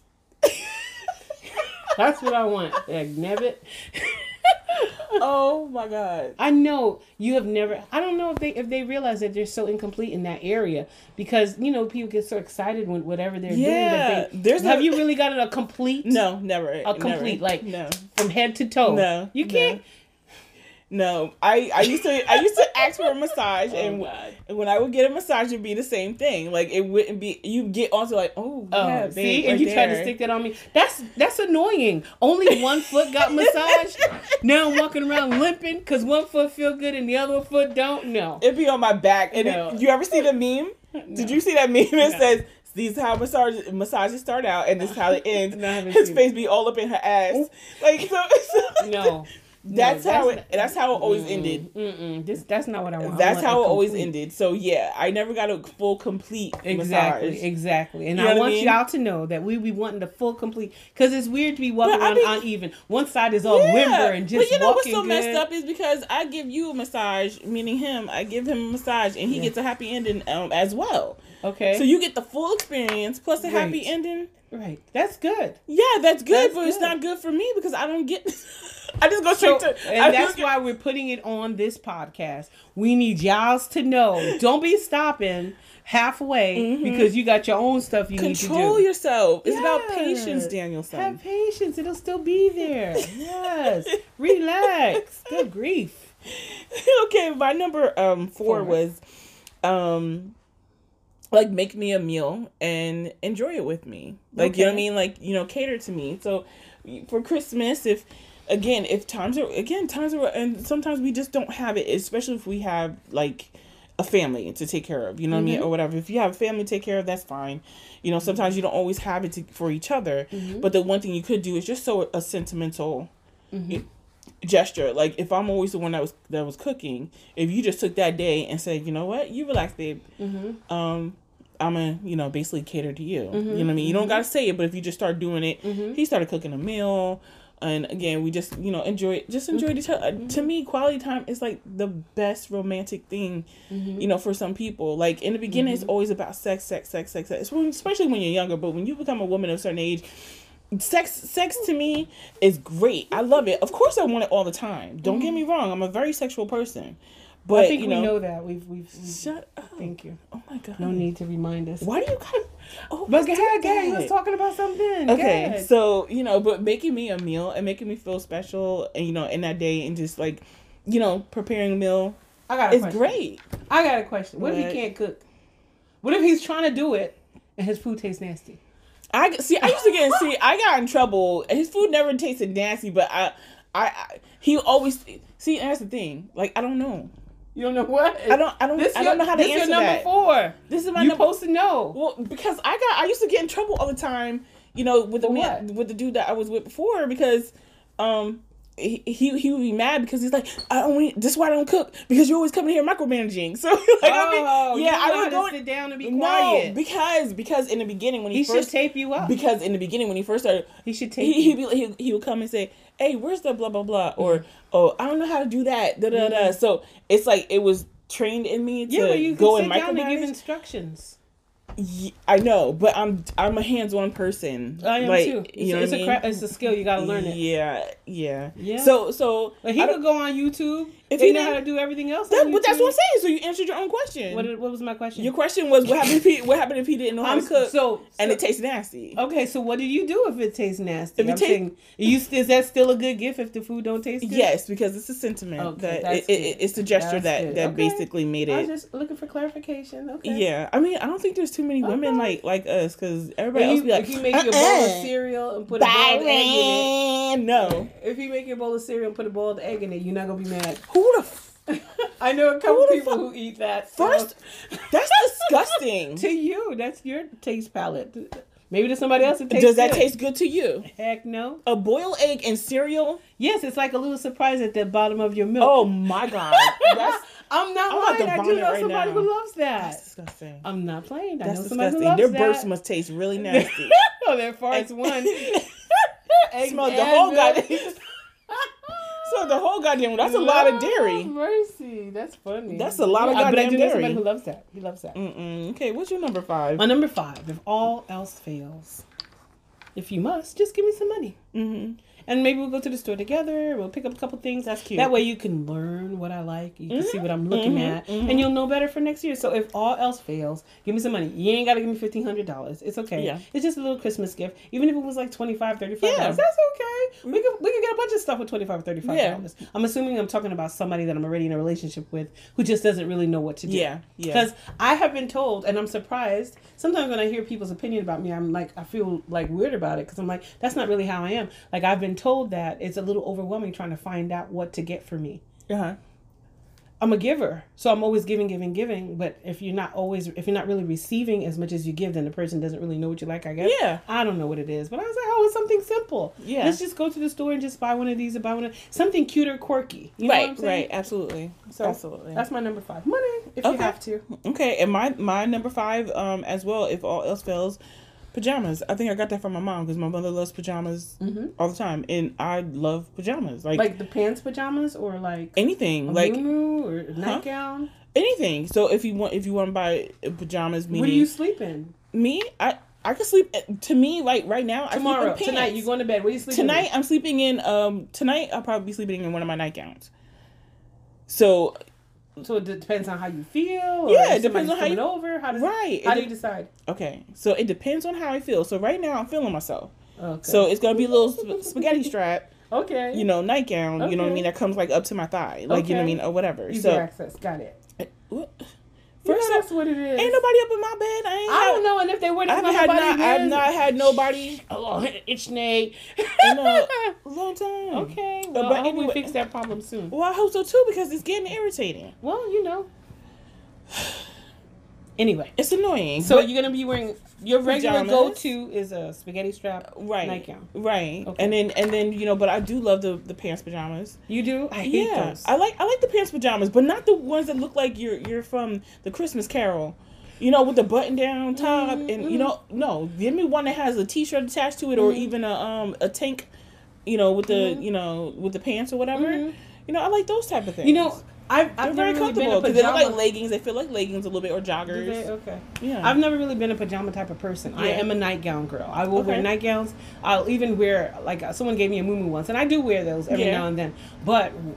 That's what I want. Nabbit.
Oh my god.
I know you have never. I don't know if they if they realize that they're so incomplete in that area because you know people get so excited with whatever they're
Yeah,
doing. But they,
there's
have
a-
you really gotten a complete
No, never.
a complete like
no,
from head to toe?
No,
you
no.
can't.
no. I I used to I used to ask for a massage, and
Oh, God.
and when I would get a massage, it'd be the same thing. Like it wouldn't be. You get onto like oh,
Oh,
yeah,
see,
babe,
and
right
you tried to
there.
stick that on me. That's that's annoying. Only one foot got massaged. now I'm walking around limping because one foot feel good and the other foot don't. No,
It'd be on my back. And
No.
it- you ever see the meme? Did you see that meme? It
No.
says. These how massages, massages start out, and this is how it ends.
No, I haven't
His
seen
face be all up in her ass, like so. so-
no.
that's,
No,
how
that's
it. That's how it always ended.
Mm-mm, this that's not what I want. I
That's
want a
how it always
complete-
ended. So yeah, I never got a full complete
Exactly,
massage.
exactly. And
You know
I
what I
want
mean?
y'all to know that we be wanting the full complete because it's weird to be walking
But I
around
be-
uneven. One side is all limber and just
but you know what's
walking
so messed
good.
up is because I give you a massage, meaning him. I give him a massage, and he
Yeah.
gets a happy ending um, as well.
Okay,
So you get the full experience plus a happy
Right.
ending.
right. That's good.
Yeah, that's good,
That's
but it's
good.
not good for me because I don't get. I just go
So,
straight to. I
and that's
just get-
why we're putting it on this podcast. We need y'all's to know. Don't be stopping halfway because you got your own stuff you
Mm-hmm. control
need to do.
yourself. It's about
Yeah.
patience, Danielson.
Have patience. It'll still be there. Yes. Relax. Good grief.
okay, my number um four
Four.
was um like make me a meal and enjoy it with me. Like you know what I
Okay.
mean? Like, you know, cater to me. So for Christmas if again, if times are again, times are and sometimes we just don't have it, especially if we have like a family to take care of, you know what I mean, or whatever. If you have a family to take care of, that's fine. You know, sometimes you don't always have it to, for each other. But the one thing you could do is just so a sentimental gesture. Like if I'm always the one that was that was cooking, if you just took that day and said, you know what, you relax, babe. Um, I'm gonna you know basically cater to you.
Mm-hmm,
You know what I mean. You don't gotta say it, but if you just start doing it, he started cooking a meal. And again, we just you know enjoy just
Mm-hmm.
enjoyed each other. To me, quality time is like the best romantic thing,
Mm-hmm.
you know, for some people. Like in the beginning, it's always about sex, sex, sex, sex, sex. It's when- Especially when you're younger, but when you become a woman of a certain age, sex sex to me is great. I love it. Of course I want it all the time. Don't get me wrong, I'm a very sexual person. But
Mm-hmm. I think
you
we
know,
know that. We've we've, we've
shut up.
thank you.
Oh my god.
No need to remind us.
Why do you gotta oh let's
But go
do
ahead, gang.
that.
Let's talking about something.
Okay,
Good.
so you know, but making me a meal and making me feel special, and you know, in that day, and just like, you know, preparing a meal
I got a
is
question.
great.
I got a question. What, if
What?
he can't cook? What if he's trying to do it and his food tastes nasty?
I see. I used to get see. I got in trouble. His food never tasted nasty, but I, I, I he always see. That's the thing. Like I don't know.
You don't know what?
I don't. I don't.
This
I
your-
don't know how to
this
answer
your number
that.
four.
This is my
You're
number.
supposed to know.
Well, because I got. I used to get in trouble all the time. You know, with the
For
man,
what?
with the dude that I was with before, because, um. He, he he would be mad because he's like I don't want this is why I don't cook because you're always coming here micromanaging so like I
Oh,
mean
you
yeah
don't know
I would
how
go
to sit down and be
no
quiet.
because because in the beginning when he,
he should
first
tape you up.
because in the beginning when he first started
He should tape
he he
you. Mm-hmm.
be, he, he would come and say, "Hey, where's the blah blah blah?" or "Oh, I don't know how to do that." Da da da. So it's like it was trained in me to
yeah, but you
go
can
and
sit down and give
micromanage.
instructions.
Ye- I know, but I'm I'm a hands-on person.
I am
Like,
too.
You know
it's,
what
a
I
cra-
mean?
it's a skill you got to learn it.
Yeah, yeah,
Yeah.
So so
But he
I
could go on YouTube
If
They
you
know how to
didn't,
do everything else.
that,
on
but that's
YouTube.
what I'm saying. So you answered your own question.
What, what was my question?
your question was what happened if he what happened if he didn't know how
I'm
to cook
so
and
so- Oh,
it tastes nasty.
Okay, so what do you do if it tastes nasty?
If it
I'm
tastes-
saying, you is that still a good gift if the food don't taste good?
Yes, because it's a sentiment
Okay,
that
that's
it, it,
good.
it's a gesture
That's
that
good.
that
Okay.
basically made
I
it.
was just looking for clarification. Okay.
Yeah, I mean, I don't think there's too many women
Okay.
like like us because everybody
If
else
you,
be like,
if you make your bowl of
"Uh-uh,
cereal and put a boiled egg in
Byron,
it,
no.
if you make your bowl of cereal and put a boiled egg in it, you're not gonna be mad.
Who the f-
I know a couple
Who the
people
fuck-
who eat that. so-
first? That's disgusting.
to you, that's your taste palette. Maybe to somebody else it tastes.
Does that
good.
taste good to you?
Heck no.
A boiled egg and cereal?
Yes, it's like a little surprise at the bottom of your milk.
Oh my god, that's,
I'm not
I'm about
lying.
to
I do
vomit
know
right
somebody
now.
who loves that.
that's disgusting.
I'm not playing. I
That's
know somebody who
disgusting.
loves
Their
that.
burps must taste really nasty.
oh, their farts one. Egg
Smelled the
and
whole
milk.
goddamn. So the whole goddamn. That's a lot of
Lord
dairy.
Mercy, that's funny.
That's a lot of
I- but I
goddamn
do know somebody
dairy.
who loves that. He loves that.
Mm-mm. Okay, what's your number five?
My number five. If all else fails, if you must, just give me some money,
Mm-hmm.
and maybe we'll go to the store together. We'll pick up a couple things.
That's cute.
That way you can learn what I like. You can see
Mhm,
what I'm looking
mhm,
at,
mhm.
and you'll know better for next year. So if all else fails, give me some money. You ain't gotta give me fifteen hundred dollars. It's okay.
Yeah.
It's just a little Christmas gift. Even if it was like 25 $35,
Yeah.
that's okay. We could we could get a bunch of stuff with 25 $35. I'm assuming I'm talking about somebody that I'm already in a relationship with who just doesn't really know what to do.
Yeah, yeah.
Because I have been told, and I'm surprised. Sometimes when I hear people's opinion about me, I'm like, I feel like weird about it because I'm like, that's not really how I am. Like I've been told that it's a little overwhelming trying to find out what to get for me.
Uh-huh.
I'm a giver, so I'm always giving, giving, giving. But if you're not always, if you're not really receiving as much as you give, then the person doesn't really know what you like. I guess.
Yeah.
I don't know what it is, but I was like, oh, it's something simple.
Yeah.
Let's just go to the store and just buy one of these and buy one of something cute or quirky. You know what I'm
right,
saying?
right, absolutely,
So
absolutely.
That's my number five. Money, if you
Okay.
have to.
Okay, and my my number five, um, as well, if all else fails, pajamas. I think I got that from my mom because my mother loves pajamas
Mm-hmm.
all the time, and I love pajamas, like,
Like the pants pajamas or like
anything,
a
like
muumuu or a nightgown.
anything. So if you want, if you want to buy pajamas, meaning
What do you sleep in?
me, I I could sleep. eh, To me, like right now,
Tomorrow,
I sleep in
tonight,
pants.
you going to bed? What do you sleep
tonight I'm sleeping in. Um, tonight I'll probably be sleeping in one of my nightgowns. So
In? So it depends on how you feel. Or
Yeah,
if
it depends
somebody's
on how you-
coming over. How does
right, it
How do
de-
you decide?
okay, so it depends on how I feel. So right now I'm feeling myself.
Okay.
So it's gonna be a little sp- spaghetti strap,
okay,
you know, nightgown. You know what I
Okay.
mean? That comes like up to my thigh, like you know what I
Okay.
mean, or whatever.
Easy
so
access. Got it.
what?
You know
first
that's
off,
what it is.
ain't nobody up in my bed. I ain't.
I
had-
don't know, and if they were,
I
there's
haven't had.
not nobody.
Not, I've
there.
not had nobody
Oh, it's Nate.
in a long time.
okay,
Uh,
well,
but
I hope
anyway-
we fix that problem soon.
Well, I hope so too because it's getting irritating.
Well, you know. Anyway,
It's annoying.
so you're gonna be wearing your regular
Pajamas.
go-to is a spaghetti strap
right,
nightgown.
right,
Okay.
and then and then you know, but I do love the the pants pajamas.
You do? I hate
Yeah,
those.
I like I like the pants pajamas, but not the ones that look like you're you're from the Christmas Carol. You know, with the button down top, and
Mm-hmm.
you know, no, give me one that has a T-shirt attached to it, or even a um a tank. You know, with the
Mm-hmm.
you know with the pants or whatever.
Mhm.
You know, I like those type of things.
you know, I've
they're
I've
very
never really been
comfortable
a
because they look like
pajama.
leggings. They feel like leggings a little bit or
Do
joggers.
they? Okay.
yeah,
I've never really been a pajama type of person. I
Yeah.
am a nightgown girl. I will
Okay.
wear nightgowns. I'll even wear like uh, someone gave me a muumuu once, and I do wear those every
Yeah.
now and then. But w-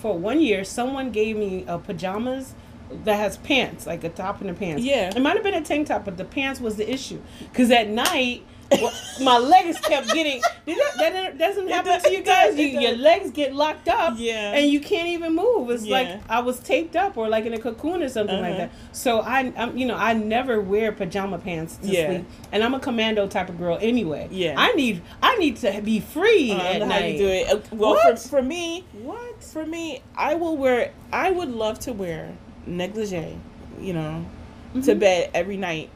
for one year, someone gave me a pajamas that has pants, like a top and a pants.
Yeah.
it might have been a tank top, but the pants was the issue because at night. w- my legs kept getting Did that, that doesn't happen
does-
to you
it does,
guys
it
you, your
does.
legs get locked up
Yeah.
and you can't even move it's
Yeah.
like I was taped up or like in a cocoon or something like
Uh-huh.
that. So I, I'm, you know, I never wear pajama pants to
Yeah.
sleep, and I'm a commando type of girl anyway.
Yeah. Oh,
I need, I need to be free
I don't
at
know
night.
how you do it. Uh, Well, for,
What?
for me,
What?
For me, I will wear. I would love to wear negligee, you know, to
Mhm.
bed every night,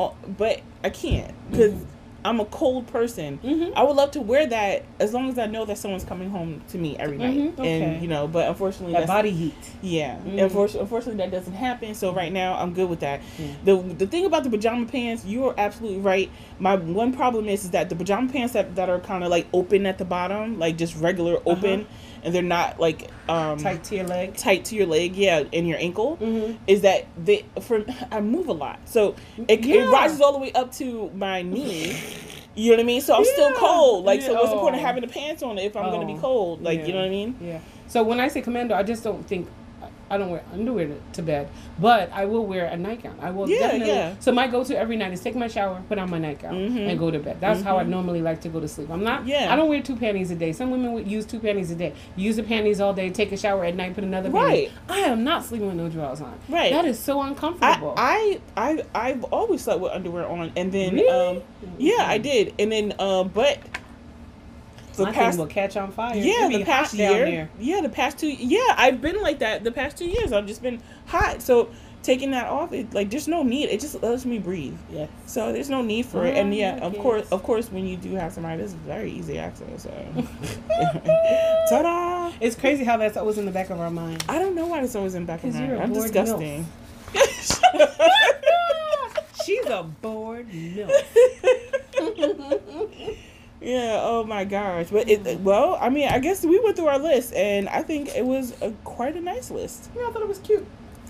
Uh, but I can't because
Mhm.
I'm a cold person.
Mhm.
I would love to wear that as long as I know that someone's coming home to me every night,
Mhm, okay.
and you know. But unfortunately,
That
that's,
body heat.
yeah,
Mhm.
unfortunately, unfortunately, that doesn't happen. So right now, I'm good with that.
Yeah.
The the thing about the pajama pants, you are absolutely right. My one problem is is that the pajama pants that, that are kind of like open at the bottom, like just regular open, and they're not like um
Uh-huh. Tight to your leg.
tight to your leg, yeah, and your ankle,
Mhm.
is that they for I move a lot, so it, it
Yeah.
rises all the way up to my knee. You know what I mean? So I'm still
Yeah.
cold. Like, so
Yeah.
what's the point of
Oh.
having the pants on if I'm gonna be
Oh.
cold? Like, you
Yeah.
know what I mean?
Yeah. So when I say commando, I just don't think I- I don't wear underwear to, to bed, but I will wear a nightgown. I will
Yeah,
definitely.
yeah.
So my go-to every night is take my shower, put on my nightgown,
Mhm.
and go to bed. That's how I normally like to go to sleep. I'm not.
Yeah.
I don't wear two panties a day. Some women would use two panties a day. You use the panties all day, take a shower at night, put another.
Right.
Panty. I am not sleeping with no drawers on.
Right.
That is so uncomfortable.
I, I I I've always slept with underwear on, and then
Really? Mm-hmm.
um, yeah, I did, and then um, but the
my
past
thing will catch on fire.
yeah
It be
the past
hot down
year
there.
yeah the past two yeah I've been like that the past two years I've just been hot so taking that off it like there's no need it just lets me breathe
Yes.
so there's no need for it and
Oh,
yeah
my
of course
goodness.
of course when you do have somebody this is very easy access so ta-da
It's crazy how that's always in the back of our mind.
I don't know why this always in the back of
'Cause
my
you're
mind
a
I'm
bored
disgusting.
She's a bored milk.
yeah. Oh my gosh. But it.
Mm-hmm.
Well, I mean, I guess we went through our list, and I think it was a, quite a nice list.
Yeah, I thought it was cute.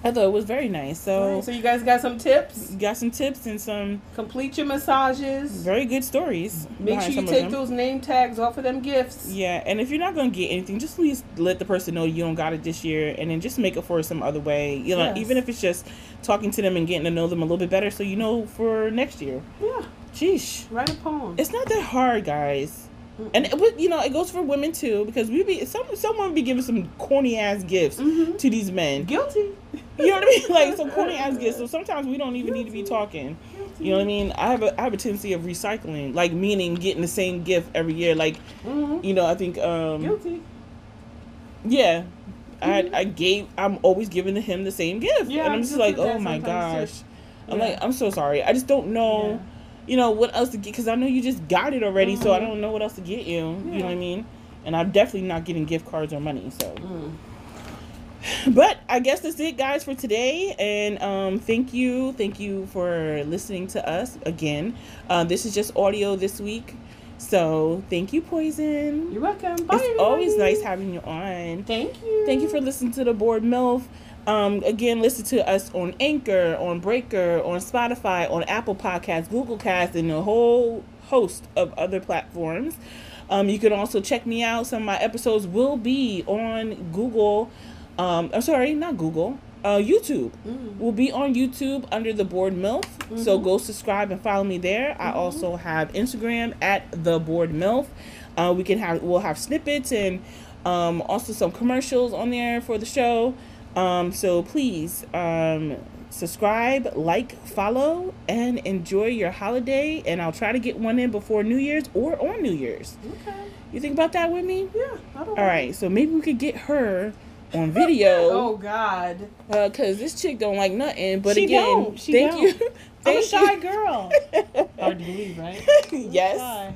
I thought it was very nice. So,
Oh, So you guys got some tips?
got some tips and some
Complete your massages.
very good stories.
Make
behind
sure you
some of
take
them.
those name tags off of them gifts.
Yeah, and if you're not gonna get anything, just at least let the person know you don't got it this year, and then just make up for it some other way. You know,
Yes.
even if it's just talking to them and getting to know them a little bit better, so you know for next year.
Yeah,
Sheesh.
write a poem.
It's not that hard, guys. And it, but, you know, it goes for women too because we be some someone be giving some corny ass gifts
Mhm.
to these men.
guilty.
You know what I mean? Like some corny ass gifts. So sometimes we don't even need to be talking. You know what I mean? I have a I have a tendency of recycling, like meaning getting the same gift every year. Like
Mhm.
you know, I think um
Guilty.
yeah. I, I gave I'm always giving him the same gift.
Mm-hmm. Yeah,
and
I
I'm just
do
like,
that
oh my
sometimes,
gosh.
too.
I'm
Yeah.
like, I'm so sorry. I just don't know,
Yeah.
you know, what else to get because I know you just got it already, so I
Mhm.
don't know what else to get you. You
Yeah.
know what I mean? And I'm definitely not getting gift cards or money. So,
Mm.
but I guess that's it, guys, for today. And um, thank you, thank you for listening to us again. Um, this is just audio this week, so thank you, Poison.
You're welcome. Bye.
it's always
everybody.
nice having you on.
Thank you.
Thank you for listening to the Board MILF. Um, again, listen to us on Anchor, on Breaker, on Spotify, on Apple Podcasts, Google Cast, and a whole host of other platforms. Um, you can also check me out. Some of my episodes will be on Google. Um, I'm sorry, not Google. Uh, YouTube
Mm. Mm-hmm.
will be on YouTube under the Board MILF. So go subscribe and follow me there. I also have Instagram at the Board MILF. Uh, we can have we'll have snippets and um, also some commercials on there for the show. Um, so please um, subscribe, like, follow, and enjoy your holiday. And I'll try to get one in before New Year's or on New Year's.
Okay.
You think about that with me?
Yeah. I don't
All right. So maybe we could get her on video.
Oh God.
Uh, cause this chick don't like nothing. But
She
again,
don't. She
thank
don't.
you.
I'm a
Thank
shy
you.
girl. Hard to believe, right?
yes.
Shy.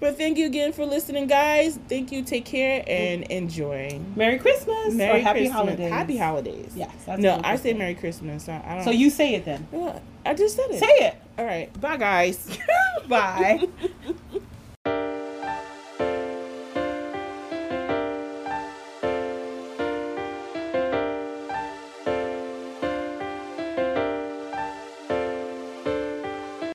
But thank you again for listening, guys. Thank you. Take care and enjoy.
Merry Christmas.
Merry
or happy
Christmas.
holidays.
Happy holidays.
Yes. that's
No,
what
I
I'm
say
saying.
Merry Christmas. I, I don't.
So you say it then.
Well, I just said it.
Say it.
All right. Bye, guys.
Bye.